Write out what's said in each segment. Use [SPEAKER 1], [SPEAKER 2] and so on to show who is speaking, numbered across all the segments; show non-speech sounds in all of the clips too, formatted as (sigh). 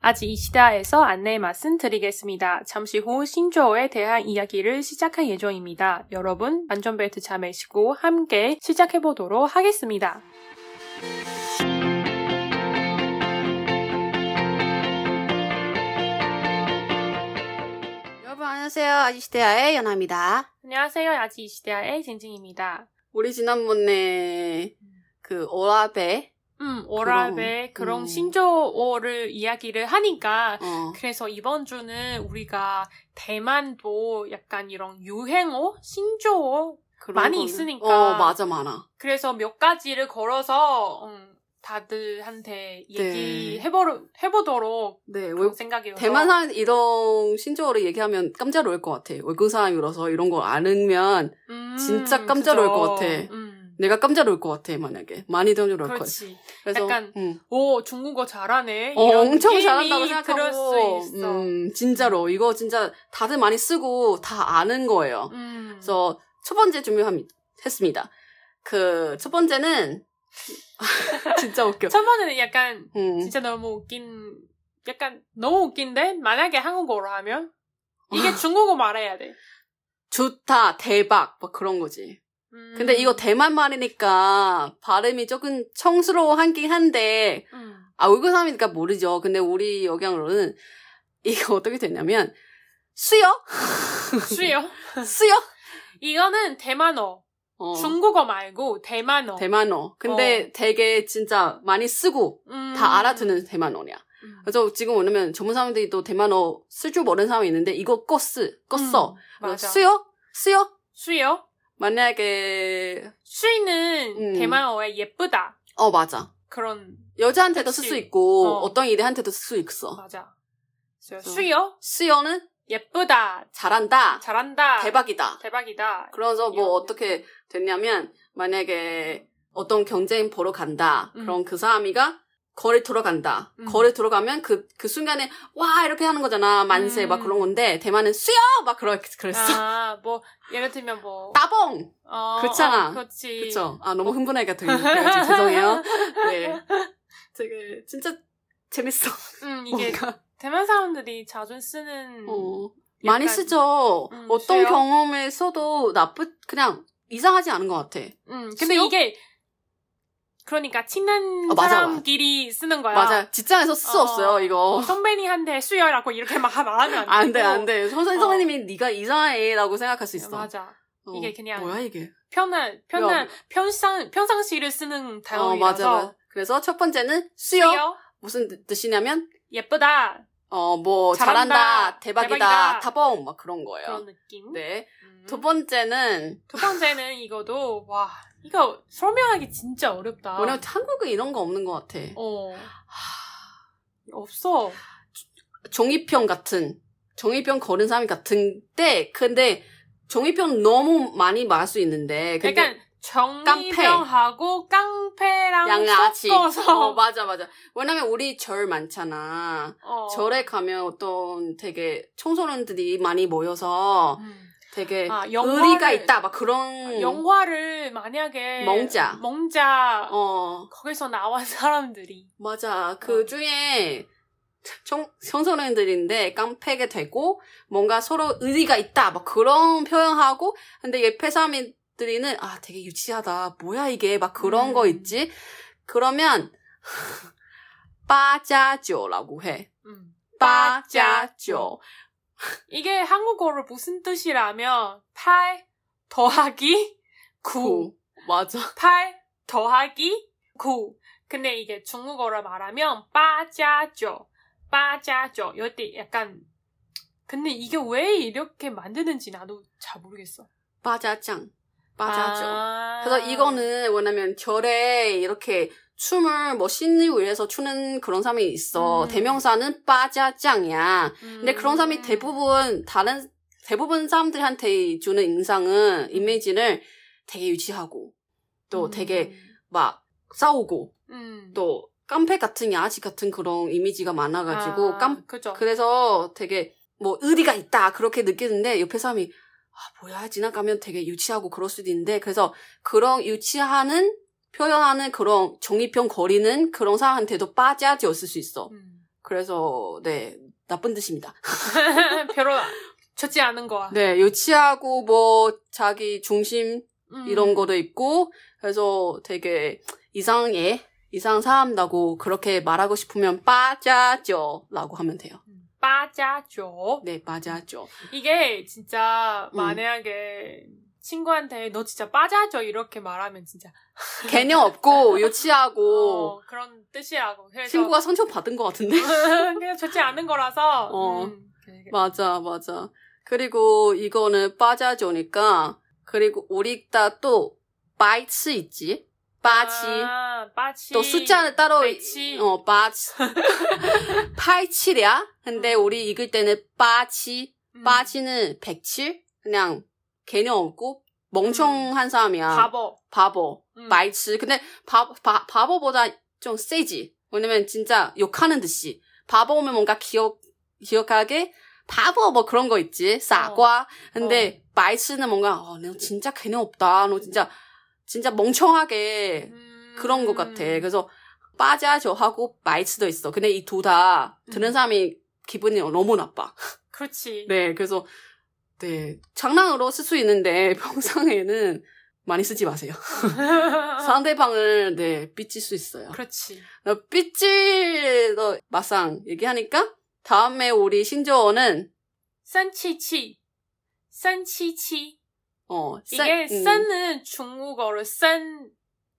[SPEAKER 1] 아직 이시다에서 안내 말씀 드리겠습니다. 잠시 후 신조어에 대한 이야기를 시작할 예정입니다. 여러분 안전벨트 잘 매시고 함께 시작해 보도록 하겠습니다.
[SPEAKER 2] 여러분 안녕하세요. 아지시대아의 연아입니다.
[SPEAKER 1] 안녕하세요. 아직 이시다의 징징입니다.
[SPEAKER 2] 우리 지난번에 그 오라베
[SPEAKER 1] 음, 오라베 그런
[SPEAKER 2] 음.
[SPEAKER 1] 신조어를 이야기를 하니까
[SPEAKER 2] 어,
[SPEAKER 1] 그래서 이번 주는 우리가 대만도 약간 이런 유행어, 신조어
[SPEAKER 2] 그런
[SPEAKER 1] 많이
[SPEAKER 2] 거는-
[SPEAKER 1] 있으니까.
[SPEAKER 2] 어 맞아 많아.
[SPEAKER 1] 그래서 몇 가지를 걸어서 음, 다들한테 얘기해보로 해보도록
[SPEAKER 2] 네
[SPEAKER 1] 그런
[SPEAKER 2] 외,
[SPEAKER 1] 생각이어서
[SPEAKER 2] 대만 사람 이런 신조어를 얘기하면 깜짝 놀랄 것 같아. 외국 사람이라서 이런 걸 알면
[SPEAKER 1] 음,
[SPEAKER 2] 진짜 깜짝 놀랄
[SPEAKER 1] 그죠.
[SPEAKER 2] 것 같아.
[SPEAKER 1] 음,
[SPEAKER 2] 내가 깜짝 놀랄 것 같아 만약에 많이 놀랄 것 같아.
[SPEAKER 1] 그렇지.
[SPEAKER 2] 그래서
[SPEAKER 1] 약간
[SPEAKER 2] 음.
[SPEAKER 1] 오 중국어 잘하네.
[SPEAKER 2] 어,
[SPEAKER 1] 이런
[SPEAKER 2] 엄청
[SPEAKER 1] 느낌이
[SPEAKER 2] 잘한다고
[SPEAKER 1] 그럴
[SPEAKER 2] 생각하고
[SPEAKER 1] 수 있어.
[SPEAKER 2] 음, 진짜로 이거 진짜 다들 많이 쓰고 다 아는 거예요.
[SPEAKER 1] 음.
[SPEAKER 2] 그래서 첫 번째 준비했습니다. 그 첫 번째는 (laughs) 진짜 웃겨.
[SPEAKER 1] 첫 번째는 약간
[SPEAKER 2] 음.
[SPEAKER 1] 진짜 너무 웃긴 약간 너무 웃긴데 만약에 한국어로 하면
[SPEAKER 2] 아.
[SPEAKER 1] 이게 중국어 말해야 돼.
[SPEAKER 2] 좋다, 대박, 막 그런 거지.
[SPEAKER 1] 음.
[SPEAKER 2] 근데 이거 대만 말이니까 발음이 조금 청스러워하긴 한데,
[SPEAKER 1] 음.
[SPEAKER 2] 아, 외국 사람이니까 모르죠. 근데 우리 영향으로는 이거 (laughs) 어떻게 됐냐면, 수요?
[SPEAKER 1] 수요.
[SPEAKER 2] 수요?
[SPEAKER 1] 이거는 대만어.
[SPEAKER 2] 어,
[SPEAKER 1] 중국어 말고 대만어.
[SPEAKER 2] 대만어. 근데 되게 진짜 많이 쓰고
[SPEAKER 1] 음.
[SPEAKER 2] 다 알아듣는 대만어냐.
[SPEAKER 1] 음.
[SPEAKER 2] 그래서 지금 왜냐면 젊은 사람들이 또 대만어 쓸 줄 모르는 사람이 있는데, 이거 꺼 쓰, 꺼 써.
[SPEAKER 1] 음, 맞아.
[SPEAKER 2] 수요? 수요?
[SPEAKER 1] 수요.
[SPEAKER 2] 만약에,
[SPEAKER 1] 수이는
[SPEAKER 2] 음.
[SPEAKER 1] 대만어의 예쁘다.
[SPEAKER 2] 어, 맞아.
[SPEAKER 1] 그런
[SPEAKER 2] 여자한테도 쓸
[SPEAKER 1] 그치.
[SPEAKER 2] 수 있고
[SPEAKER 1] 어.
[SPEAKER 2] 어. 떤 일한테도 쓸 수 있어.
[SPEAKER 1] 맞아. 그래서
[SPEAKER 2] 그래서-
[SPEAKER 1] 수요.
[SPEAKER 2] 수요는
[SPEAKER 1] 예쁘다.
[SPEAKER 2] 잘한다,
[SPEAKER 1] 잘한다.
[SPEAKER 2] 대박이다.
[SPEAKER 1] 대박이다.
[SPEAKER 2] 그래서 뭐
[SPEAKER 1] 이런
[SPEAKER 2] 어떻게 됐냐면 만약에 어떤 경제인 보러 간다.
[SPEAKER 1] 음.
[SPEAKER 2] 그럼 그 사람이가 거리 들어간다.
[SPEAKER 1] 음.
[SPEAKER 2] 거리 들어가면 그, 그 순간에 와 이렇게 하는 거잖아. 만세
[SPEAKER 1] 음.
[SPEAKER 2] 막 그런 건데 대만은 수요 막 그러, 그랬어.
[SPEAKER 1] 아, 뭐 예를 들면 뭐
[SPEAKER 2] 따봉
[SPEAKER 1] 어,
[SPEAKER 2] 그렇잖아.
[SPEAKER 1] 어, 그렇지. (laughs)
[SPEAKER 2] 그쵸? 아
[SPEAKER 1] 어.
[SPEAKER 2] 너무 흥분하니까 되게 웃겨요. 죄송해요. 네, 되게 진짜 재밌어.
[SPEAKER 1] 음, 이게
[SPEAKER 2] 뭔가.
[SPEAKER 1] 대만 사람들이 자주 쓰는
[SPEAKER 2] 어.
[SPEAKER 1] 약간-
[SPEAKER 2] 많이 쓰죠.
[SPEAKER 1] 음,
[SPEAKER 2] 어떤
[SPEAKER 1] 쉬어요?
[SPEAKER 2] 경험에서도 나쁘 그냥 이상하지 않은 것 같아.
[SPEAKER 1] 음, 근데
[SPEAKER 2] 수요?
[SPEAKER 1] 이게 그러니까 친한
[SPEAKER 2] 어, 맞아,
[SPEAKER 1] 사람끼리 쓰는 거야.
[SPEAKER 2] 맞아. 직장에서 쓸수
[SPEAKER 1] 어.
[SPEAKER 2] 없어요.
[SPEAKER 1] 뭐
[SPEAKER 2] 이거
[SPEAKER 1] 선배님한테 수요라고 이렇게 막 말하면 안
[SPEAKER 2] 아, 안돼
[SPEAKER 1] 되고. 어.
[SPEAKER 2] 안돼. 선생 선생님이 네가 이상해라고 생각할 수 있어.
[SPEAKER 1] 맞아.
[SPEAKER 2] 어.
[SPEAKER 1] 이게 그냥
[SPEAKER 2] 뭐야 이게?
[SPEAKER 1] 편한 편한 편상 평상시를 쓰는
[SPEAKER 2] 어 맞아.
[SPEAKER 1] 단어라서
[SPEAKER 2] 맞아. 그래서 첫 번째는 수요.
[SPEAKER 1] 수요
[SPEAKER 2] 무슨 뜻- 뜻이냐면
[SPEAKER 1] 예쁘다
[SPEAKER 2] 어 뭐
[SPEAKER 1] 잘한다,
[SPEAKER 2] 잘한다, 대박이다,
[SPEAKER 1] 대박이다.
[SPEAKER 2] 타봉 막 그런 거예요.
[SPEAKER 1] 그런 느낌.
[SPEAKER 2] 네.
[SPEAKER 1] 음.
[SPEAKER 2] 두 번째는
[SPEAKER 1] 두 번째는 이거도 와 이거 설명하기 진짜 어렵다.
[SPEAKER 2] 뭐냐면 한국은 이런 거 없는 것 같아.
[SPEAKER 1] 어 없어.
[SPEAKER 2] 종이병 같은 종이병 걸은 사람 같은데 근데 종이병 너무 많이 마실 수 있는데 근데
[SPEAKER 1] 약간 정리병하고 깡패랑
[SPEAKER 2] 양아치
[SPEAKER 1] 섞어서
[SPEAKER 2] 어, 맞아 맞아 왜냐면 우리 절 많잖아
[SPEAKER 1] 어.
[SPEAKER 2] 절에 가면 어떤 되게 청소년들이 많이 모여서
[SPEAKER 1] 음.
[SPEAKER 2] 되게
[SPEAKER 1] 아,
[SPEAKER 2] 의리가
[SPEAKER 1] 영화를- 아,
[SPEAKER 2] 있다 막 그런
[SPEAKER 1] 영화를 만약에
[SPEAKER 2] 음. 멍자.
[SPEAKER 1] 멍자
[SPEAKER 2] 어
[SPEAKER 1] 거기서 나온 (laughs) 사람들이
[SPEAKER 2] 맞아
[SPEAKER 1] 어.
[SPEAKER 2] 그 중에 청, 청소년들인데 깡패게 되고 뭔가 서로 의리가 있다 막 그런 표현하고 근데 옆에 사람들이는 아 되게 유치하다 뭐야 이게 막 그런
[SPEAKER 1] 음.
[SPEAKER 2] 거 있지 그러면 (laughs) 빠자조라고 해
[SPEAKER 1] 음.
[SPEAKER 2] 빠자조
[SPEAKER 1] 이게 한국어로 무슨 뜻이라면 8 더하기 9.
[SPEAKER 2] 구 맞아
[SPEAKER 1] 8 더하기 9. 근데 이게 중국어로 말하면 빠자죠. 빠자죠. 이때 약간 근데 이게 왜 이렇게 만드는지 나도 잘 모르겠어.
[SPEAKER 2] 빠자짱 빠자조
[SPEAKER 1] 아.
[SPEAKER 2] 그래서 이거는 뭐냐면 결에 이렇게 춤을 뭐 신을 위해서 추는 그런 사람이 있어.
[SPEAKER 1] 음.
[SPEAKER 2] 대명사는 빠자짱이야.
[SPEAKER 1] 음.
[SPEAKER 2] 근데 그런 사람이 대부분 다른 대부분 사람들한테 주는 인상은 이미지를 되게 유치하고 또
[SPEAKER 1] 음.
[SPEAKER 2] 되게 막 싸우고
[SPEAKER 1] 음.
[SPEAKER 2] 또 깡패 같은 야지 같은 그런 이미지가 많아가지고
[SPEAKER 1] 아,
[SPEAKER 2] 깜
[SPEAKER 1] 그죠.
[SPEAKER 2] 그래서 되게 뭐 의리가 있다 그렇게 느끼는데 옆에 사람이 아 뭐야 지나가면 되게 유치하고 그럴 수도 있는데 그래서 그런 유치하는 표현하는 그런 정의평 거리는 그런 사람한테도 빠지지 없을 수 있어.
[SPEAKER 1] 음. (laughs)
[SPEAKER 2] 그래서 네 나쁜 뜻입니다.
[SPEAKER 1] 별로 좋지 않은 거야.
[SPEAKER 2] 네 유치하고 뭐 자기 중심
[SPEAKER 1] 음.
[SPEAKER 2] 이런 거도 있고 그래서 되게 이상해 이상 사람다고 그렇게 말하고 싶으면 빠자죠라고 하면 돼요.
[SPEAKER 1] 음. 빠자죠.
[SPEAKER 2] 네 빠자죠.
[SPEAKER 1] 이게 진짜
[SPEAKER 2] 음.
[SPEAKER 1] 만약에 친구한테 너 진짜 빠자죠 이렇게 말하면 진짜
[SPEAKER 2] 개념 없고 유치하고
[SPEAKER 1] 어, 그런 뜻이라고. 그래서
[SPEAKER 2] 친구가 선처 받은 것 같은데.
[SPEAKER 1] (laughs)
[SPEAKER 2] (laughs)
[SPEAKER 1] 그냥 좋지 않은 거라서.
[SPEAKER 2] 어.
[SPEAKER 1] 음. 되게-
[SPEAKER 2] 맞아, 맞아. 그리고 이거는 빠자조니까 그리고 우리 다또 바이츠 있지? 바치.
[SPEAKER 1] 아, 빠치.
[SPEAKER 2] 또 숫자는 따로
[SPEAKER 1] 바이치.
[SPEAKER 2] 어
[SPEAKER 1] (laughs)
[SPEAKER 2] 바치. 파이치랴. 근데 우리 읽을 때는 바치.
[SPEAKER 1] 음.
[SPEAKER 2] 바치는 107. 그냥 개념 없고 멍청한 사람이야.
[SPEAKER 1] 바보.
[SPEAKER 2] 바보.
[SPEAKER 1] 음.
[SPEAKER 2] 말치. 근데 바, 바, 바보보다 좀 세지. 왜냐면 진짜 욕하는 듯이. 바보면 뭔가 기억, 기억하게 바보 뭐 그런 거 있지. 사과.
[SPEAKER 1] 어.
[SPEAKER 2] 근데 말치는 뭔가, 어, 너 진짜 개념 없다. 너 진짜, 진짜 멍청하게
[SPEAKER 1] 음.
[SPEAKER 2] 그런 것 같아. 그래서 빠자죠 하고 말치도 있어. 근데 이 두 다
[SPEAKER 1] 음.
[SPEAKER 2] 듣는 사람이 기분이 너무 나빠.
[SPEAKER 1] 그렇지.
[SPEAKER 2] 네, 그래서, 네, 장난으로 쓸 수 있는데 (laughs) 평상에는 많이 쓰지 마세요. 상대방을 네 삐칠 수 있어요.
[SPEAKER 1] (laughs) 그렇지.
[SPEAKER 2] 어, 삐칠 너 막상 얘기하니까 다음에 우리 신조어는
[SPEAKER 1] 산치치. 산치치.
[SPEAKER 2] 어 싼-
[SPEAKER 1] 이게
[SPEAKER 2] 음,
[SPEAKER 1] 산은 중국어로 산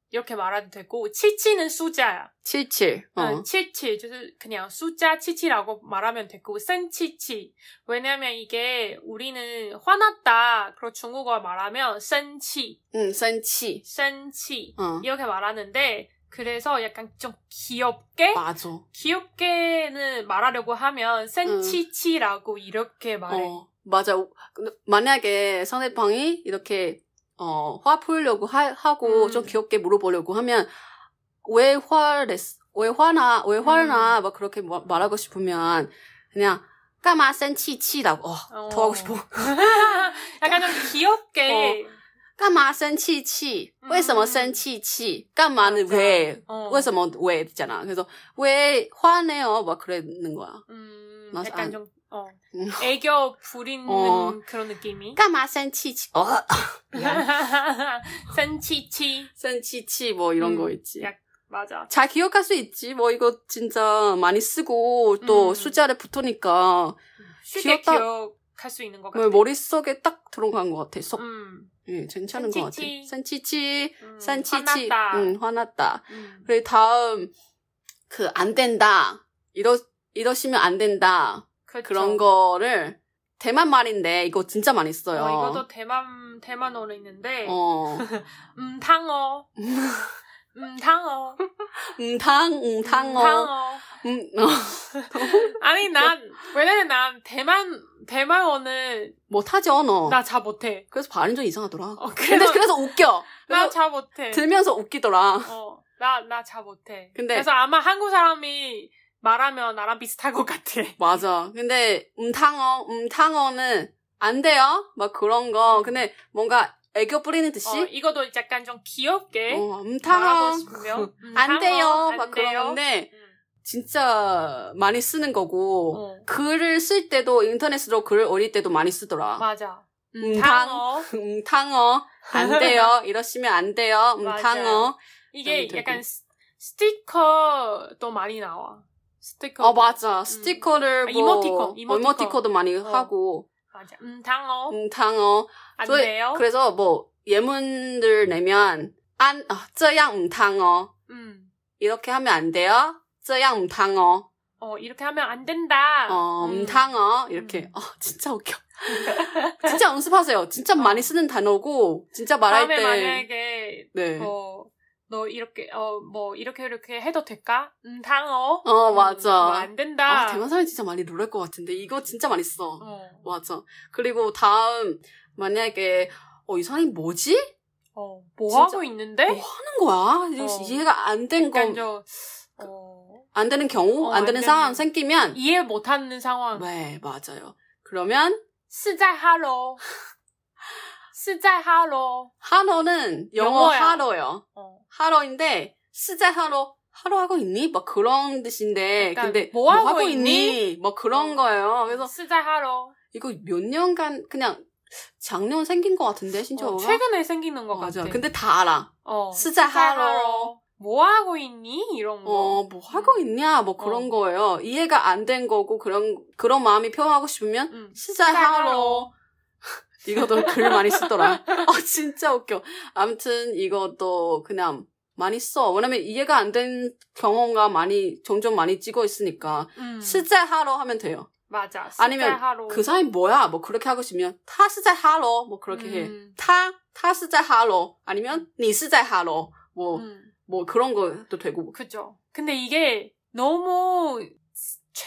[SPEAKER 1] 이렇게 말해도 되고 치치는 숫자야.
[SPEAKER 2] 칠칠 어,
[SPEAKER 1] 응, 치치, 就是 그러니까 그냥 숫자 치치라고 말하면 되고 센치치. 왜냐면 이게 우리는 화났다. 그리고 중국어 말하면 센치,
[SPEAKER 2] 음 산치
[SPEAKER 1] 센치
[SPEAKER 2] 어
[SPEAKER 1] 이렇게 말하는데 그래서 약간 좀 귀엽게
[SPEAKER 2] 맞아
[SPEAKER 1] 귀엽게는 말하려고 하면 센치치라고 이렇게 말해.
[SPEAKER 2] 어 맞아 근데 만약에 상대방이 이렇게 어화 풀려고 하, 하고
[SPEAKER 1] 음.
[SPEAKER 2] 좀 귀엽게 물어보려고 하면 왜 화를 냈- 왜 화나 왜
[SPEAKER 1] 음.
[SPEAKER 2] 화나 막 그렇게 마- 말하고 싶으면 그냥 까마 센치치라고 어,
[SPEAKER 1] 어.
[SPEAKER 2] 더 하고 싶어
[SPEAKER 1] 약간 좀 귀엽게.
[SPEAKER 2] 干嘛生气气为什么生气气干嘛呢왜
[SPEAKER 1] 어.
[SPEAKER 2] 为什么왜 있잖아 그래서 왜 화내요 막뭐 그러는 거야
[SPEAKER 1] 음,
[SPEAKER 2] 맞아.
[SPEAKER 1] 약간 좀 어,
[SPEAKER 2] 음.
[SPEAKER 1] 애교 부리는
[SPEAKER 2] 어.
[SPEAKER 1] 그런 느낌이.
[SPEAKER 2] 干嘛生气气어
[SPEAKER 1] (laughs) 센치치.
[SPEAKER 2] 생치치 뭐 이런
[SPEAKER 1] 음,
[SPEAKER 2] 거 있지
[SPEAKER 1] 약- 맞아.
[SPEAKER 2] 잘 기억할 수 있지 뭐 이거 진짜 많이 쓰고 또
[SPEAKER 1] 음.
[SPEAKER 2] 숫자를 붙으니까
[SPEAKER 1] 쉽게
[SPEAKER 2] 귀엽다.
[SPEAKER 1] 기억할 수 있는 것 같아.
[SPEAKER 2] 뭐 머릿속에 딱 들어간 것 같아 쏙
[SPEAKER 1] 음,
[SPEAKER 2] 예, 괜찮은 것 같아
[SPEAKER 1] 센치치.
[SPEAKER 2] 생치치
[SPEAKER 1] 음,
[SPEAKER 2] 생치치 음.
[SPEAKER 1] 화났다.
[SPEAKER 2] 응 화났다
[SPEAKER 1] 음.
[SPEAKER 2] 그리고 다음 그 안 된다 이러 이러시면 안 된다
[SPEAKER 1] 그렇죠.
[SPEAKER 2] 그런 거를 대만 말인데 이거 진짜 많이
[SPEAKER 1] 어,
[SPEAKER 2] 써요.
[SPEAKER 1] 이것도 대만 대만어로 있는데 (laughs)
[SPEAKER 2] 어.
[SPEAKER 1] 음
[SPEAKER 2] (laughs)
[SPEAKER 1] 탕어 음 탕어
[SPEAKER 2] 음탕
[SPEAKER 1] 음,
[SPEAKER 2] 음탕어 어.
[SPEAKER 1] 탕어.
[SPEAKER 2] 음 어.
[SPEAKER 1] 아니 난 왜냐면 난 대만 대만어는
[SPEAKER 2] 못하죠 뭐 너.
[SPEAKER 1] 나 잘 못해
[SPEAKER 2] 그래서 발음 좀 이상하더라.
[SPEAKER 1] 어,
[SPEAKER 2] 근데 그래서 웃겨. 그래서
[SPEAKER 1] 나잘 못해
[SPEAKER 2] 들면서 웃기더라.
[SPEAKER 1] 어나나 잘 못해
[SPEAKER 2] 근데-
[SPEAKER 1] 그래서 아마 한국 사람이 말하면 나랑 비슷할 것 같아
[SPEAKER 2] 맞아. 근데 음탕어 음탕어는 안 돼요. 막 그런 거. 근데 뭔가 애교 뿌리는 듯이
[SPEAKER 1] 음. 어, 이것도 약간 좀 귀엽게
[SPEAKER 2] 어,
[SPEAKER 1] 말하고
[SPEAKER 2] 음탕어
[SPEAKER 1] 싶으면 음,
[SPEAKER 2] 안
[SPEAKER 1] 탕어,
[SPEAKER 2] 돼요.
[SPEAKER 1] 안
[SPEAKER 2] 막
[SPEAKER 1] 돼요.
[SPEAKER 2] 그러는데
[SPEAKER 1] 음,
[SPEAKER 2] 진짜 많이 쓰는 거고
[SPEAKER 1] 어,
[SPEAKER 2] 글을 쓸 때도 인터넷으로 글 올릴 때도 많이 쓰더라.
[SPEAKER 1] 맞아
[SPEAKER 2] 음,
[SPEAKER 1] 탕어
[SPEAKER 2] 음, 탕어. 안
[SPEAKER 1] (laughs)
[SPEAKER 2] 돼요. 이러시면 안 돼요. 음,
[SPEAKER 1] 맞아요.
[SPEAKER 2] 탕어.
[SPEAKER 1] 이게
[SPEAKER 2] 그럼 되고.
[SPEAKER 1] 약간 스- 스티커도 많이 나와. 스티커.
[SPEAKER 2] 어, 맞아. 스티커를
[SPEAKER 1] 아,
[SPEAKER 2] 뭐.
[SPEAKER 1] 이모티콘, 이모티콘.
[SPEAKER 2] 도 많이
[SPEAKER 1] 어.
[SPEAKER 2] 하고.
[SPEAKER 1] 맞아. 음, 당어.
[SPEAKER 2] 음, 탕어.
[SPEAKER 1] 안
[SPEAKER 2] 저희-
[SPEAKER 1] 돼요.
[SPEAKER 2] 그래서 뭐, 예문들 내면, 안, 아, 这样 음, 탕어.
[SPEAKER 1] 음.
[SPEAKER 2] 이렇게 하면 안 돼요. 这样 음, 탕어.
[SPEAKER 1] 어, 이렇게 하면 안 된다.
[SPEAKER 2] 어, 음, 탕어. 이렇게.
[SPEAKER 1] 아, 음.
[SPEAKER 2] 어, 진짜
[SPEAKER 1] (laughs)
[SPEAKER 2] 웃겨. 진짜 연습하세요. 진짜 많이 쓰는 단어고, 진짜 말할
[SPEAKER 1] 어. 다음에
[SPEAKER 2] 때.
[SPEAKER 1] 만약에
[SPEAKER 2] 네.
[SPEAKER 1] 뭐, 너 이렇게 어 뭐 이렇게 이렇게 해도 될까? 음, 당어.
[SPEAKER 2] 어,
[SPEAKER 1] 음,
[SPEAKER 2] 맞아.
[SPEAKER 1] 뭐안 된다.
[SPEAKER 2] 아, 대만 사람이 진짜 많이 놀랄 것 같은데. 이거 진짜 많이 써.
[SPEAKER 1] 어.
[SPEAKER 2] 맞아. 그리고 다음 만약에 어, 이 사람이 뭐지?
[SPEAKER 1] 어, 뭐
[SPEAKER 2] 진짜-
[SPEAKER 1] 하고 있는데?
[SPEAKER 2] 뭐 하는 거야? 이거
[SPEAKER 1] 어.
[SPEAKER 2] 이해가 안 된 거,
[SPEAKER 1] 약간 좀
[SPEAKER 2] 그
[SPEAKER 1] 어,
[SPEAKER 2] 안 되는 경우,
[SPEAKER 1] 어,
[SPEAKER 2] 안
[SPEAKER 1] 안
[SPEAKER 2] 되는
[SPEAKER 1] 되는-
[SPEAKER 2] 상황 생기면
[SPEAKER 1] 이해 못 하는 상황.
[SPEAKER 2] 네, 맞아요. 그러면
[SPEAKER 1] 是在哈喽.是在哈喽.
[SPEAKER 2] 하러는 영어
[SPEAKER 1] 영어야.
[SPEAKER 2] 하러요.
[SPEAKER 1] 어.
[SPEAKER 2] 하러인데 스자 하러 하루 하고 있니? 막 그런 뜻인데
[SPEAKER 1] 약간
[SPEAKER 2] 근데
[SPEAKER 1] 뭐 하고 어.
[SPEAKER 2] 뭐 그런 거예요. 그래서
[SPEAKER 1] 쓰자 하러
[SPEAKER 2] 이거 몇 년간 그냥 작년 생긴 것 같은데 신조어가
[SPEAKER 1] 어, 최근에 생기는 것
[SPEAKER 2] 맞아.
[SPEAKER 1] 같아.
[SPEAKER 2] 근데 다 알아.
[SPEAKER 1] 어,
[SPEAKER 2] 쓰자 하러.
[SPEAKER 1] 하러. 뭐 하고 있니? 이런 거.
[SPEAKER 2] 어, 뭐 하고 있냐? 뭐 그런
[SPEAKER 1] 어.
[SPEAKER 2] 거예요. 이해가 안 된 거고 그런 그런 마음이 표현하고 싶으면
[SPEAKER 1] 응.
[SPEAKER 2] 쓰자 하러 (laughs) 이것도 글 많이 쓰더라. 아, 진짜 웃겨. 아무튼 이것도 그냥 많이 써. 왜냐면 이해가 안 된 경험과 많이, 종종 많이 찍어 있으니까.
[SPEAKER 1] 음,
[SPEAKER 2] 쓰자 하러 하면 돼요.
[SPEAKER 1] 맞아. 쓰자
[SPEAKER 2] 아니면
[SPEAKER 1] 하러.
[SPEAKER 2] 그 사람이 뭐야? 뭐 그렇게 하고 싶으면 타 쓰자 하러. 뭐 그렇게 해.
[SPEAKER 1] 음,
[SPEAKER 2] 타, 타 쓰자 하러. 아니면 니 쓰자 하러. 뭐,
[SPEAKER 1] 음,
[SPEAKER 2] 뭐 그런 것도 되고.
[SPEAKER 1] 그죠. 근데 이게 너무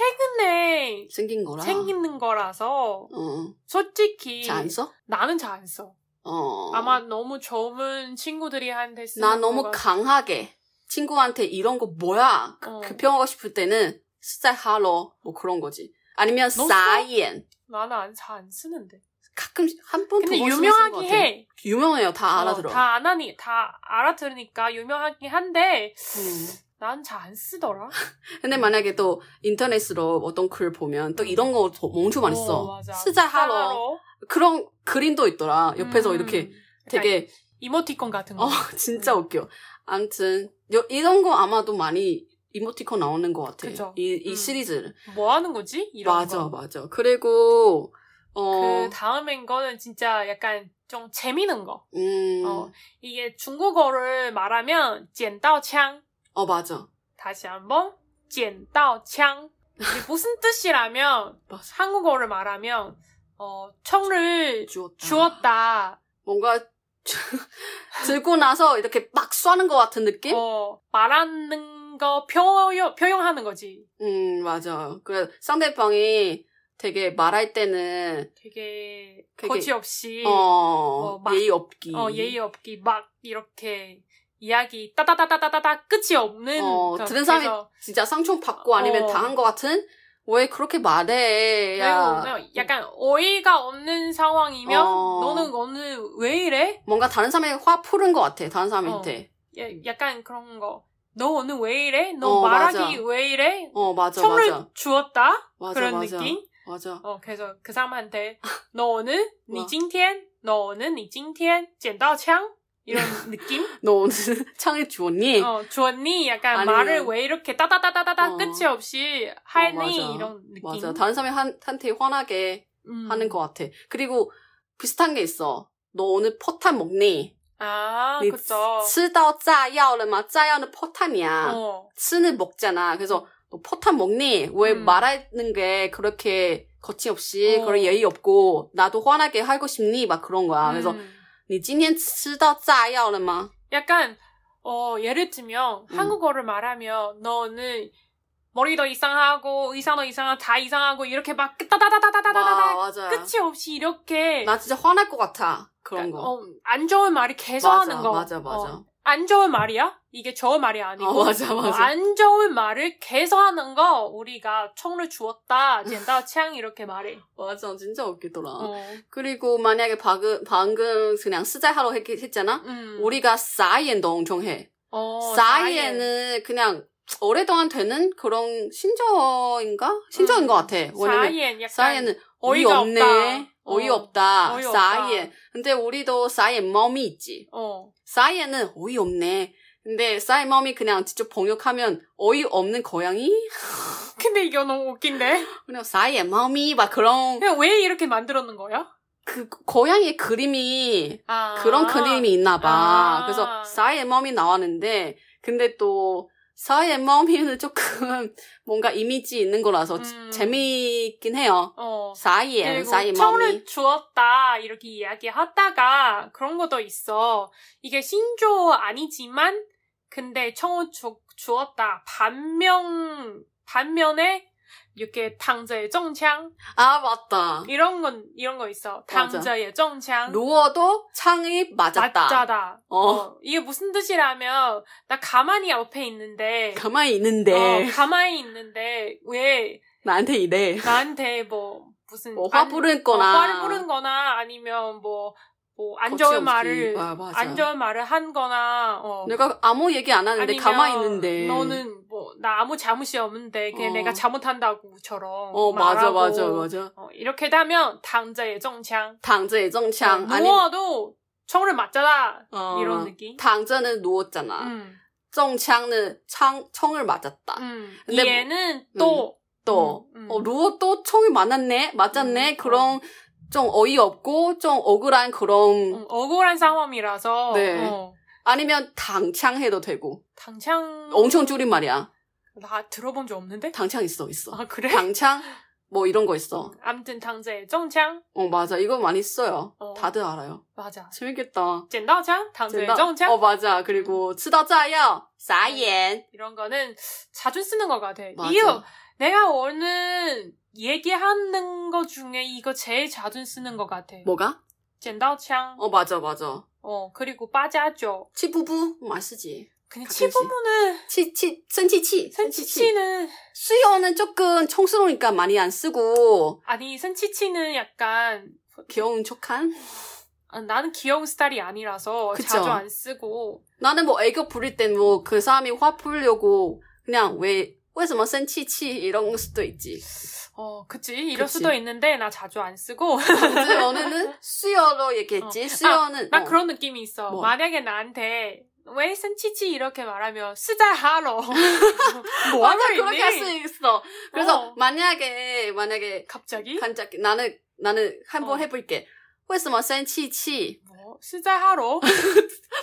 [SPEAKER 1] 최근에
[SPEAKER 2] 생긴 거라.
[SPEAKER 1] 생기는 거라서
[SPEAKER 2] 어,
[SPEAKER 1] 솔직히
[SPEAKER 2] 잘안 써?
[SPEAKER 1] 나는 잘 안 써.
[SPEAKER 2] 어.
[SPEAKER 1] 아마 너무 젊은 친구들이 한테 쓰는
[SPEAKER 2] 나 너무
[SPEAKER 1] 거라서.
[SPEAKER 2] 강하게 친구한테 이런 거 뭐야 그,
[SPEAKER 1] 어.
[SPEAKER 2] 급평하고 싶을 때는 진짜 하러 뭐 그런 거지 아니면
[SPEAKER 1] 너무
[SPEAKER 2] 사이엔
[SPEAKER 1] 나는 안- 잘안 쓰는데.
[SPEAKER 2] 가끔 한 번
[SPEAKER 1] 근데
[SPEAKER 2] 두번
[SPEAKER 1] 유명하긴 해.
[SPEAKER 2] 유명해요 다 알아들어
[SPEAKER 1] 다 안 하니 다 알아들으니까 유명하긴 한데
[SPEAKER 2] 음.
[SPEAKER 1] 난 잘 안 쓰더라.
[SPEAKER 2] 어, 근데
[SPEAKER 1] 음.
[SPEAKER 2] 만약에 또 인터넷으로 어떤 글 보면 또 이런 거 더- 엄청 많이
[SPEAKER 1] 어,
[SPEAKER 2] 써
[SPEAKER 1] 맞아.
[SPEAKER 2] 쓰자 하러 그런 그림도 있더라 옆에서
[SPEAKER 1] 음.
[SPEAKER 2] 이렇게
[SPEAKER 1] 약간
[SPEAKER 2] 되게
[SPEAKER 1] 이모티콘 같은 거.
[SPEAKER 2] 어 (laughs) 진짜
[SPEAKER 1] 음.
[SPEAKER 2] 웃겨 아무튼 여- 이런 거 아마도 많이 이모티콘 나오는 것 같아
[SPEAKER 1] 그죠.
[SPEAKER 2] 이, 이
[SPEAKER 1] 음.
[SPEAKER 2] 시리즈를
[SPEAKER 1] 뭐 하는 거지? 이런
[SPEAKER 2] 맞아
[SPEAKER 1] 거.
[SPEAKER 2] 맞아 그리고 어
[SPEAKER 1] 그 다음엔 거는 진짜 약간 좀 재미있는 거.
[SPEAKER 2] 음.
[SPEAKER 1] 어.
[SPEAKER 2] 어.
[SPEAKER 1] 이게 중국어를 말하면 剪刀枪
[SPEAKER 2] 어, 맞아.
[SPEAKER 1] 다시 한번 剪刀枪 이게 무슨 (laughs) 뜻이라면
[SPEAKER 2] 맞아.
[SPEAKER 1] 한국어를 말하면 어, 청을
[SPEAKER 2] 주었다.
[SPEAKER 1] 주었다.
[SPEAKER 2] 뭔가 (laughs) 들고 나서 이렇게 막 쏴는 것 같은 느낌?
[SPEAKER 1] 어, 말하는 거 표현 표현하는 거지.
[SPEAKER 2] 음, 맞아. 그래 상대방이 되게 말할 때는
[SPEAKER 1] 되게
[SPEAKER 2] 되게-
[SPEAKER 1] 거지없이
[SPEAKER 2] 어,
[SPEAKER 1] 예. 막-
[SPEAKER 2] 예의 없기.
[SPEAKER 1] 어, 예의 없기 막 이렇게 이야기 따다다다다다다 끝이 없는
[SPEAKER 2] 어,
[SPEAKER 1] 그런-
[SPEAKER 2] 들은 사람이
[SPEAKER 1] 그래서
[SPEAKER 2] 진짜 상처 받고 아니면
[SPEAKER 1] 어.
[SPEAKER 2] 당한 것 같은 왜 그렇게 말해?
[SPEAKER 1] 그리고
[SPEAKER 2] 야.
[SPEAKER 1] 그냥 약간 어이가 없는 상황이면
[SPEAKER 2] 어.
[SPEAKER 1] 너는 오늘 왜 이래?
[SPEAKER 2] 뭔가 다른 사람에게 화 푸른 것 같아. 다른 사람한테.
[SPEAKER 1] 야- 예, 약간 그런 거. 너 오늘 왜 이래? 너
[SPEAKER 2] 어,
[SPEAKER 1] 말하기
[SPEAKER 2] 맞아.
[SPEAKER 1] 왜 이래?
[SPEAKER 2] 어, 맞아,
[SPEAKER 1] 청을
[SPEAKER 2] 맞아.
[SPEAKER 1] 주었다
[SPEAKER 2] 맞아,
[SPEAKER 1] 그런
[SPEAKER 2] 맞아.
[SPEAKER 1] 느낌.
[SPEAKER 2] 맞아.
[SPEAKER 1] 어 그래서 그 사람한테 (laughs) 너 오늘
[SPEAKER 2] 와.
[SPEAKER 1] 니今天 너 오늘 니今天剪刀枪
[SPEAKER 2] (laughs)
[SPEAKER 1] 이런 느낌.
[SPEAKER 2] 너 오늘 (laughs) 창의 주었니?
[SPEAKER 1] 어 주었니? 약간
[SPEAKER 2] 예. 아니면-
[SPEAKER 1] 말을 왜 이렇게 따다다다다다
[SPEAKER 2] 어.
[SPEAKER 1] 끝이 없이 하니
[SPEAKER 2] 맞아.
[SPEAKER 1] 이런 느낌.
[SPEAKER 2] 맞아. 다른 사람한테 화나게
[SPEAKER 1] 음.
[SPEAKER 2] 하는 것 같아. 그리고 비슷한 게 있어. 너 오늘 포탄 먹니?
[SPEAKER 1] 아
[SPEAKER 2] 네,
[SPEAKER 1] 그쵸.
[SPEAKER 2] 吃到炸药了吗? 炸药는 포탄이야.
[SPEAKER 1] 어.
[SPEAKER 2] 吃는 먹잖아. 그래서 너 포탄 먹니? 왜
[SPEAKER 1] 음.
[SPEAKER 2] 말하는 게 그렇게 거침없이
[SPEAKER 1] 어.
[SPEAKER 2] 그런 예의 없고 나도 화나게 하고 싶니? 막 그런 거야. 아, 그래서
[SPEAKER 1] 음.
[SPEAKER 2] 你今天吃到炸药了吗?
[SPEAKER 1] 약간 어 예를 들면
[SPEAKER 2] 음.
[SPEAKER 1] 한국어를 말하면 너는 머리도 이상하고 의상도 이상하고 다 이상하고 이렇게 막 따다다다다다다다
[SPEAKER 2] 와, 맞아.
[SPEAKER 1] 끝이 없이 이렇게
[SPEAKER 2] 나 진짜 화날 것 같아. 그런
[SPEAKER 1] 그러니까,
[SPEAKER 2] 거.
[SPEAKER 1] 어, 안 좋은 말이 계속 하는
[SPEAKER 2] 맞아,
[SPEAKER 1] 거.
[SPEAKER 2] 맞아, 맞아.
[SPEAKER 1] 어, 안 좋은 말이야? 이게 좋은 말이 아니고.
[SPEAKER 2] 어, 맞아,
[SPEAKER 1] 어,
[SPEAKER 2] 맞아.
[SPEAKER 1] 안 좋은 말을 계속 하는 거 우리가 청를 주었다,
[SPEAKER 2] (laughs)
[SPEAKER 1] 젠다, 취향 이렇게 말해.
[SPEAKER 2] 맞아, 진짜 웃기더라.
[SPEAKER 1] 어.
[SPEAKER 2] 그리고 만약에 방금, 방금 그냥 쓰자 하러 했, 했잖아?
[SPEAKER 1] 음.
[SPEAKER 2] 우리가 싸이엔도 엄청 해.
[SPEAKER 1] 어,
[SPEAKER 2] 싸이에는 그냥 오랫동안 되는 그런 신조어인가? 신조어인
[SPEAKER 1] 음.
[SPEAKER 2] 것 같아. 왜냐면
[SPEAKER 1] 사이엔 약간
[SPEAKER 2] 싸이에는
[SPEAKER 1] 어이가
[SPEAKER 2] 어이없네.
[SPEAKER 1] 없다. 어.
[SPEAKER 2] 어이없다.
[SPEAKER 1] 어이없다.
[SPEAKER 2] 싸이엔. 근데 우리도 싸이엔 멈이 있지.
[SPEAKER 1] 어.
[SPEAKER 2] 싸이엔은 어이없네. 근데 싸이 멈이 그냥 직접 번역하면 어이없는 고양이?
[SPEAKER 1] 근데 이거 너무 웃긴데.
[SPEAKER 2] 그냥 싸이엔 멈이 막 그런
[SPEAKER 1] 그냥 왜 이렇게 만들었는 거야?
[SPEAKER 2] 그 고양이의 그림이
[SPEAKER 1] 아.
[SPEAKER 2] 그런 그림이 있나 봐.
[SPEAKER 1] 아.
[SPEAKER 2] 그래서 싸이의 멈이 나왔는데, 근데 또 싸이의 멈이는 조금 (laughs) 뭔가 이미지 있는 거라서
[SPEAKER 1] 음.
[SPEAKER 2] 재미있긴 해요.
[SPEAKER 1] 어.
[SPEAKER 2] 싸이의, 싸이의
[SPEAKER 1] 그리고
[SPEAKER 2] 멈이.
[SPEAKER 1] 청을 주었다 이렇게 이야기하다가 그런 것도 있어. 이게 신조어 아니지만 근데 청을 주, 주었다 반면 반면에 이렇게 당자의 정창
[SPEAKER 2] 아, 맞다.
[SPEAKER 1] 이런 건 이런 거 있어.
[SPEAKER 2] 맞아.
[SPEAKER 1] 당자의 정창
[SPEAKER 2] 누워도 창이 맞았다.
[SPEAKER 1] 맞자다.
[SPEAKER 2] 어. (laughs)
[SPEAKER 1] 어, 이게 무슨 뜻이라면 나 가만히 옆에 있는데
[SPEAKER 2] 가만히 있는데,
[SPEAKER 1] 어, 가만히 있는데 왜
[SPEAKER 2] 나한테 이래.
[SPEAKER 1] 나한테 뭐 무슨
[SPEAKER 2] 뭐, 화
[SPEAKER 1] 안-
[SPEAKER 2] 부른 거나.
[SPEAKER 1] 어, 화를 부른 거나 아니면 뭐 뭐 뭐 안 좋은
[SPEAKER 2] 거침없이.
[SPEAKER 1] 말을
[SPEAKER 2] 아, 맞아.
[SPEAKER 1] 안 좋은 말을 한거나 어,
[SPEAKER 2] 내가 아무 얘기 안 하는데 가만히 있는데
[SPEAKER 1] 너는 뭐 나 아무 잘못이 없는데 그냥
[SPEAKER 2] 어.
[SPEAKER 1] 내가 잘못한다고처럼
[SPEAKER 2] 어 맞아
[SPEAKER 1] 말하고
[SPEAKER 2] 맞아 맞아
[SPEAKER 1] 어, 이렇게 하면 당자의 정창
[SPEAKER 2] 당자의 정창 아니
[SPEAKER 1] 어, 누워도 청를 맞잖아
[SPEAKER 2] 어,
[SPEAKER 1] 이런 느낌.
[SPEAKER 2] 당자는 누웠잖아
[SPEAKER 1] 음,
[SPEAKER 2] 정창은 창 청을 맞았다
[SPEAKER 1] 음.
[SPEAKER 2] 근데 뭐-
[SPEAKER 1] 얘는 또
[SPEAKER 2] 또
[SPEAKER 1] 음, 음.
[SPEAKER 2] 어, 루어 또 청이 맞았네 맞았네
[SPEAKER 1] 음,
[SPEAKER 2] 그런 좀 어이없고 좀 억울한 그런
[SPEAKER 1] 음, 억울한 상황이라서
[SPEAKER 2] 네.
[SPEAKER 1] 어,
[SPEAKER 2] 아니면 당창 해도 되고
[SPEAKER 1] 당장
[SPEAKER 2] 엄청 줄임말이야
[SPEAKER 1] 나 들어본 적 없는데.
[SPEAKER 2] 당창 있어 있어
[SPEAKER 1] 아 그래? 음.
[SPEAKER 2] 당창 뭐 이런 거 있어
[SPEAKER 1] 아무튼 당자의 정창
[SPEAKER 2] 어 맞아 이거 많이 써요
[SPEAKER 1] 어.
[SPEAKER 2] 다들 알아요
[SPEAKER 1] 맞아.
[SPEAKER 2] 재밌겠다
[SPEAKER 1] 젠다장 당자의
[SPEAKER 2] 젠다-
[SPEAKER 1] 정창
[SPEAKER 2] 어 맞아
[SPEAKER 1] 음.
[SPEAKER 2] 그리고 치다자요 사옌
[SPEAKER 1] 이런 거는 자주 쓰는 것 같아.
[SPEAKER 2] 맞아
[SPEAKER 1] 이유 내가 오늘 얘기하는 거 중에 이거 제일 자주 쓰는 것 같아.
[SPEAKER 2] 뭐가
[SPEAKER 1] 젠다창
[SPEAKER 2] 어 맞아 맞아
[SPEAKER 1] 어 그리고 빠자죠.
[SPEAKER 2] 치부부 많이 쓰지
[SPEAKER 1] 근데
[SPEAKER 2] 가끔씩.
[SPEAKER 1] 치부모는
[SPEAKER 2] 치치 센치치
[SPEAKER 1] 선치치는
[SPEAKER 2] 수요는 조금 청스러우니까 많이 안 쓰고
[SPEAKER 1] 아니 선치치는 약간
[SPEAKER 2] 귀여운 척한
[SPEAKER 1] 아, 나는 귀여운 스타일이 아니라서
[SPEAKER 2] 그쵸.
[SPEAKER 1] 자주 안 쓰고
[SPEAKER 2] 나는 뭐 애교 부릴 땐 뭐 그 사람이 화 풀려고 그냥 왜 왜서뭐 센치치 이런 수도 있지
[SPEAKER 1] 어 그치 이럴
[SPEAKER 2] 그치.
[SPEAKER 1] 수도 있는데 나 자주 안 쓰고
[SPEAKER 2] 근데 너네는 수요로 얘기했지 수요는
[SPEAKER 1] 아, 나
[SPEAKER 2] 어.
[SPEAKER 1] 그런 느낌이 있어
[SPEAKER 2] 뭐?
[SPEAKER 1] 만약에 나한테 왜 선치치 이렇게 말하면 쓰자
[SPEAKER 2] (laughs)
[SPEAKER 1] 하러
[SPEAKER 2] 맞아
[SPEAKER 1] 뭐하러
[SPEAKER 2] 그렇게 할 수
[SPEAKER 1] 있니
[SPEAKER 2] 있어 그래서
[SPEAKER 1] 어.
[SPEAKER 2] 만약에 만약에
[SPEAKER 1] 갑자기
[SPEAKER 2] 간짝 나는 나는 한번
[SPEAKER 1] 어.
[SPEAKER 2] 해볼게 왜서뭐 센치치
[SPEAKER 1] 뭐 쓰자 하러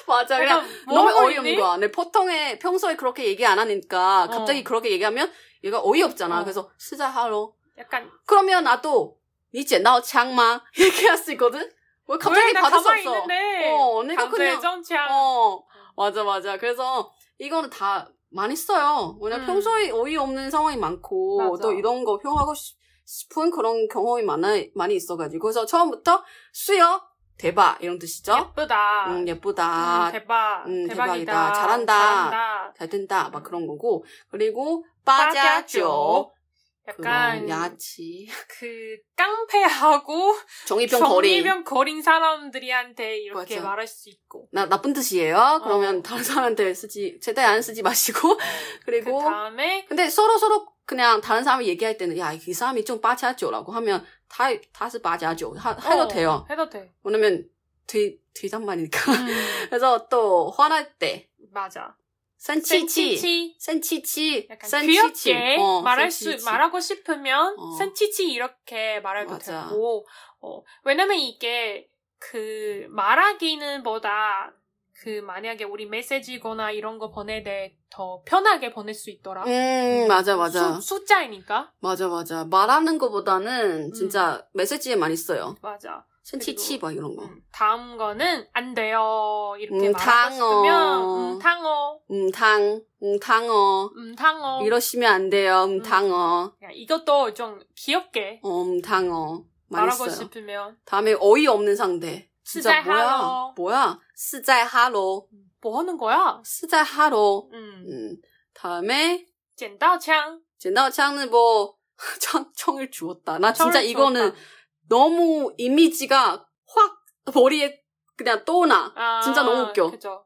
[SPEAKER 2] 맞아 그냥
[SPEAKER 1] 약간
[SPEAKER 2] 그러니까 너무
[SPEAKER 1] 뭐하러
[SPEAKER 2] 어이없는
[SPEAKER 1] 있니?
[SPEAKER 2] 거야. 내 보통에 평소에 그렇게 얘기 안 하니까 갑자기
[SPEAKER 1] 어.
[SPEAKER 2] 그렇게 얘기하면 얘가 어이없잖아.
[SPEAKER 1] 어.
[SPEAKER 2] 그래서 시작하러
[SPEAKER 1] 약간
[SPEAKER 2] 그러면 나도 이제 나 장마 이렇게 할 수 있거든. 왜 갑자기
[SPEAKER 1] 왜? 나
[SPEAKER 2] 받을 수
[SPEAKER 1] 그 가만히
[SPEAKER 2] 없어?
[SPEAKER 1] 있는데
[SPEAKER 2] 어, 내가
[SPEAKER 1] 강제
[SPEAKER 2] 그냥
[SPEAKER 1] 정치한
[SPEAKER 2] 어 맞아 맞아. 그래서 이거는 다 많이 써요. 왜냐
[SPEAKER 1] 음.
[SPEAKER 2] 평소에 어이없는 상황이 많고
[SPEAKER 1] 맞아.
[SPEAKER 2] 또 이런 거 표현하고 싶- 싶은 그런 경험이 많아 많이 있어가지고 그래서 처음부터 수여 대박 이런 뜻이죠.
[SPEAKER 1] 예쁘다
[SPEAKER 2] 음, 예쁘다.
[SPEAKER 1] 음, 대박
[SPEAKER 2] 음,
[SPEAKER 1] 대박이다,
[SPEAKER 2] 대박이다. 잘한다.
[SPEAKER 1] 잘한다.
[SPEAKER 2] 잘 된다 막 그런 거고 그리고 빠자죠
[SPEAKER 1] 음. 빠자죠.
[SPEAKER 2] 그런
[SPEAKER 1] 약간
[SPEAKER 2] 야치
[SPEAKER 1] 그 깡패하고
[SPEAKER 2] 종이병 거리
[SPEAKER 1] 정리병 거린 사람들이한테 이렇게
[SPEAKER 2] 맞아.
[SPEAKER 1] 말할 수 있고
[SPEAKER 2] 나 나쁜 뜻이에요
[SPEAKER 1] 어.
[SPEAKER 2] 그러면 다른 사람한테 쓰지 제대 안 쓰지 마시고 (laughs)
[SPEAKER 1] 그
[SPEAKER 2] 그리고
[SPEAKER 1] 다음에
[SPEAKER 2] 근데 서로 서로 그냥 다른 사람이 얘기할 때는 야 이 사람이 좀 빠자죠라고 하면 다 다스 빠자죠 하- 해도
[SPEAKER 1] 어,
[SPEAKER 2] 돼요
[SPEAKER 1] 해도 돼
[SPEAKER 2] 왜냐면 뒤 뒤단말이니까 (laughs)
[SPEAKER 1] 음,
[SPEAKER 2] 그래서 또 화날 때
[SPEAKER 1] 맞아
[SPEAKER 2] 센치치
[SPEAKER 1] 센치치
[SPEAKER 2] 센치치
[SPEAKER 1] 약간
[SPEAKER 2] 센치치
[SPEAKER 1] 귀엽게
[SPEAKER 2] 어,
[SPEAKER 1] 말할
[SPEAKER 2] 센치치.
[SPEAKER 1] 수 말하고 싶으면
[SPEAKER 2] 어.
[SPEAKER 1] 센치치 이렇게 말해도
[SPEAKER 2] 맞아.
[SPEAKER 1] 되고 어, 왜냐면 이게 그 말하기는 보다 그 만약에 우리 메시지거나 이런 거 보낼 때 더 편하게 보낼 수 있더라
[SPEAKER 2] 음 맞아 맞아
[SPEAKER 1] 수, 숫자이니까
[SPEAKER 2] 맞아 맞아 말하는 것보다는 진짜 메시지에 많이 써요
[SPEAKER 1] 맞아
[SPEAKER 2] 센치치 막 이런 거
[SPEAKER 1] 음, 다음 거는 안 돼요 이렇게
[SPEAKER 2] 음,
[SPEAKER 1] 말하고
[SPEAKER 2] 당어.
[SPEAKER 1] 싶으면 음, 탕어
[SPEAKER 2] 음탕 음탕어
[SPEAKER 1] 음, 탕어
[SPEAKER 2] 이러시면 안 돼요
[SPEAKER 1] 음.
[SPEAKER 2] 음탕어
[SPEAKER 1] 야, 이것도 좀 귀엽게
[SPEAKER 2] 어, 음탕어 많이
[SPEAKER 1] 말하고
[SPEAKER 2] 써요
[SPEAKER 1] 싶으면
[SPEAKER 2] 다음에 어이없는 상대 진짜 뭐야
[SPEAKER 1] 쓰잘하러.
[SPEAKER 2] 뭐야 스자하로
[SPEAKER 1] 뭐 하는 거야?
[SPEAKER 2] 스자하로
[SPEAKER 1] 음,
[SPEAKER 2] 음 다음에
[SPEAKER 1] 剪刀枪
[SPEAKER 2] 젠다창은 뭐 (laughs) 청, 청을 주었다 나 진짜
[SPEAKER 1] 철을
[SPEAKER 2] 이거는
[SPEAKER 1] 아, 주었다.
[SPEAKER 2] 너무 이미지가 확 머리에 그냥 떠나
[SPEAKER 1] 아,
[SPEAKER 2] 진짜 너무 웃겨.
[SPEAKER 1] 그죠.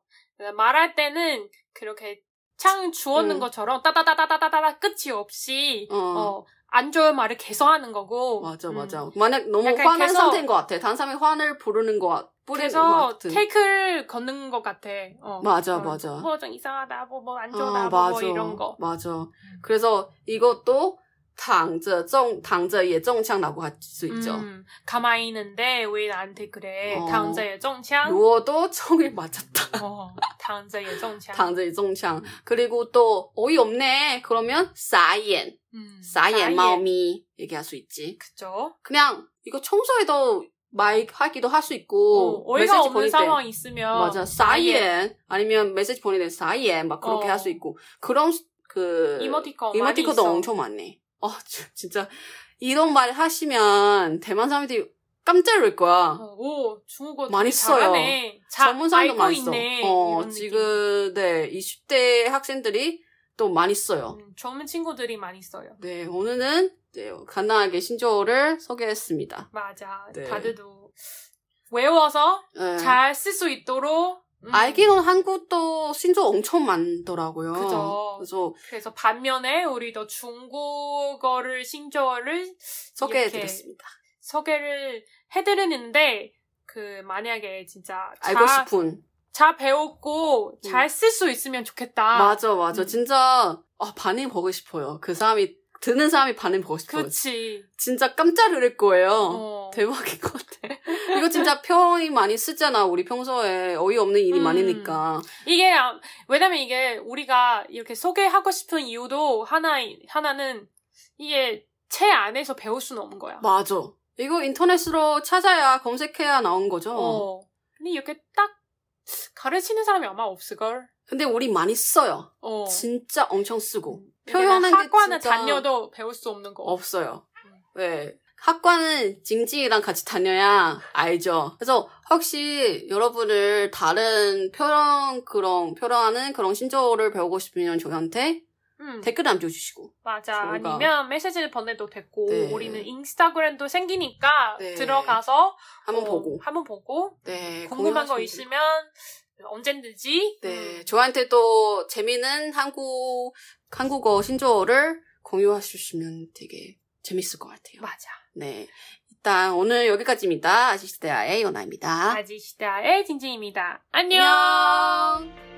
[SPEAKER 1] 말할 때는 그렇게 창 주었는
[SPEAKER 2] 음.
[SPEAKER 1] 것처럼 따다다다다다다 끝이 없이
[SPEAKER 2] 어.
[SPEAKER 1] 어, 안 좋은 말을 계속 하는 거고.
[SPEAKER 2] 맞아
[SPEAKER 1] 음.
[SPEAKER 2] 맞아 만약 너무
[SPEAKER 1] 약간
[SPEAKER 2] 화난
[SPEAKER 1] 계속-
[SPEAKER 2] 상태인 것 같아 다른 사람이 화를 부르는 것 같- 뿌리는 것
[SPEAKER 1] 그래서
[SPEAKER 2] 같은
[SPEAKER 1] 테이크를 걷는 것 같아. 어.
[SPEAKER 2] 뭐, 맞아
[SPEAKER 1] 어,
[SPEAKER 2] 맞아
[SPEAKER 1] 뭐 좀 이상하다, 뭐 뭐 안 좋다,
[SPEAKER 2] 아,
[SPEAKER 1] 뭐, 뭐 이런 거. 음.
[SPEAKER 2] 맞아 그래서 이것도 당저 정 당저 예정창라고 할 수 있죠
[SPEAKER 1] 음, 가만히 있는데 왜 나한테 그래?
[SPEAKER 2] 어.
[SPEAKER 1] 당자의 정창.
[SPEAKER 2] 누워도 (laughs) 정에 맞았다
[SPEAKER 1] 어, 당자의 정창.
[SPEAKER 2] 당저 예정창 그리고 또 어이없네 그러면 사옌
[SPEAKER 1] 음,
[SPEAKER 2] 사옌
[SPEAKER 1] 사이에.
[SPEAKER 2] 마음이 얘기할 수 있지
[SPEAKER 1] 그죠.
[SPEAKER 2] 그냥 이거 청소에도 말 하기도 할 수 있고
[SPEAKER 1] 어, 어이가
[SPEAKER 2] 메시지
[SPEAKER 1] 없는
[SPEAKER 2] 보낼 때
[SPEAKER 1] 상황 있으면
[SPEAKER 2] 맞아 사이엔 아니면 메시지 보내는 사이엔 막 그렇게
[SPEAKER 1] 어.
[SPEAKER 2] 할 수 있고 그런 수- 그
[SPEAKER 1] 이모티콘 많이
[SPEAKER 2] 이모티콘도
[SPEAKER 1] 있어.
[SPEAKER 2] 엄청 많네. 아 저- 진짜 이런 말 하시면 대만 사람들이 깜짝 놀랄 거야.
[SPEAKER 1] 어, 오 중국어
[SPEAKER 2] 많이
[SPEAKER 1] 되게 잘하네. 자,
[SPEAKER 2] 전문 사람도
[SPEAKER 1] 알고
[SPEAKER 2] 많이 써.
[SPEAKER 1] 있네.
[SPEAKER 2] 어
[SPEAKER 1] 이런
[SPEAKER 2] 지금 네 20대 학생들이 또 많이 써요.
[SPEAKER 1] 느낌. 음, 젊은 친구들이 많이 써요.
[SPEAKER 2] 네 오늘은 네, 간단하게 신조어를 소개했습니다.
[SPEAKER 1] 맞아.
[SPEAKER 2] 네.
[SPEAKER 1] 다들도 외워서
[SPEAKER 2] 예.
[SPEAKER 1] 잘 쓸 수 있도록 음,
[SPEAKER 2] 알기론 한국도 신조 엄청 많더라고요.
[SPEAKER 1] 그죠.
[SPEAKER 2] 그래서
[SPEAKER 1] 그래서 반면에 우리도 중국어를 신조어를
[SPEAKER 2] 소개해드렸습니다.
[SPEAKER 1] 소개를 해드리는데 그 만약에 진짜 자,
[SPEAKER 2] 알고 싶은. 음.
[SPEAKER 1] 잘 배웠고 잘 쓸 수 있으면 좋겠다.
[SPEAKER 2] 맞아, 맞아.
[SPEAKER 1] 음.
[SPEAKER 2] 진짜 아, 반응 보고 싶어요. 그 사람이 듣는 사람이 반응 보고 싶어요.
[SPEAKER 1] 그치.
[SPEAKER 2] 진짜 깜짝 놀랄 거예요.
[SPEAKER 1] 어.
[SPEAKER 2] 대박인 것 같아. (laughs) 이거 진짜 표현이 많이 쓰잖아. 우리 평소에 어이없는 일이
[SPEAKER 1] 음.
[SPEAKER 2] 많으니까.
[SPEAKER 1] 이게 아, 왜냐면 이게 우리가 이렇게 소개하고 싶은 이유도 하나 하나는 이게 책 안에서 배울 수는 없는 거야.
[SPEAKER 2] 맞아. 이거 인터넷으로 찾아야 검색해야 나온 거죠.
[SPEAKER 1] 어. 근데 이렇게 딱 가르치는 사람이 아마 없을 걸.
[SPEAKER 2] 근데 우리 많이 써요.
[SPEAKER 1] 어. 음.
[SPEAKER 2] 진짜 엄청 쓰고
[SPEAKER 1] 왜냐면
[SPEAKER 2] 표현한 게
[SPEAKER 1] 학과는
[SPEAKER 2] 진짜-
[SPEAKER 1] 다녀도 배울 수 없는 거.
[SPEAKER 2] 없어요.
[SPEAKER 1] 음.
[SPEAKER 2] 네. 학과는 징징이랑 같이 다녀야 알죠. 그래서 혹시 여러분을 다른 표현 그런 표현하는 그런 신조어를 배우고 싶으면 저희한테
[SPEAKER 1] 음.
[SPEAKER 2] 댓글 남겨주시고
[SPEAKER 1] 맞아.
[SPEAKER 2] 저희가-
[SPEAKER 1] 아니면 메시지를 보내도 됐고
[SPEAKER 2] 네.
[SPEAKER 1] 우리는 인스타그램도 생기니까
[SPEAKER 2] 네.
[SPEAKER 1] 들어가서
[SPEAKER 2] 한번
[SPEAKER 1] 어,
[SPEAKER 2] 보고
[SPEAKER 1] 한번 보고
[SPEAKER 2] 네,
[SPEAKER 1] 궁금한 거
[SPEAKER 2] 공유하시면
[SPEAKER 1] 있으면 언제든지
[SPEAKER 2] 네,
[SPEAKER 1] 음,
[SPEAKER 2] 저한테 또 재미있는 한국, 한국어 신조어를 공유해주시면 되게 재밌을 것 같아요.
[SPEAKER 1] 맞아.
[SPEAKER 2] 네. 일단 오늘 여기까지입니다. 아시스테아의 연아입니다.
[SPEAKER 1] 아지시다의 진진입니다. 안녕.
[SPEAKER 2] 안녕!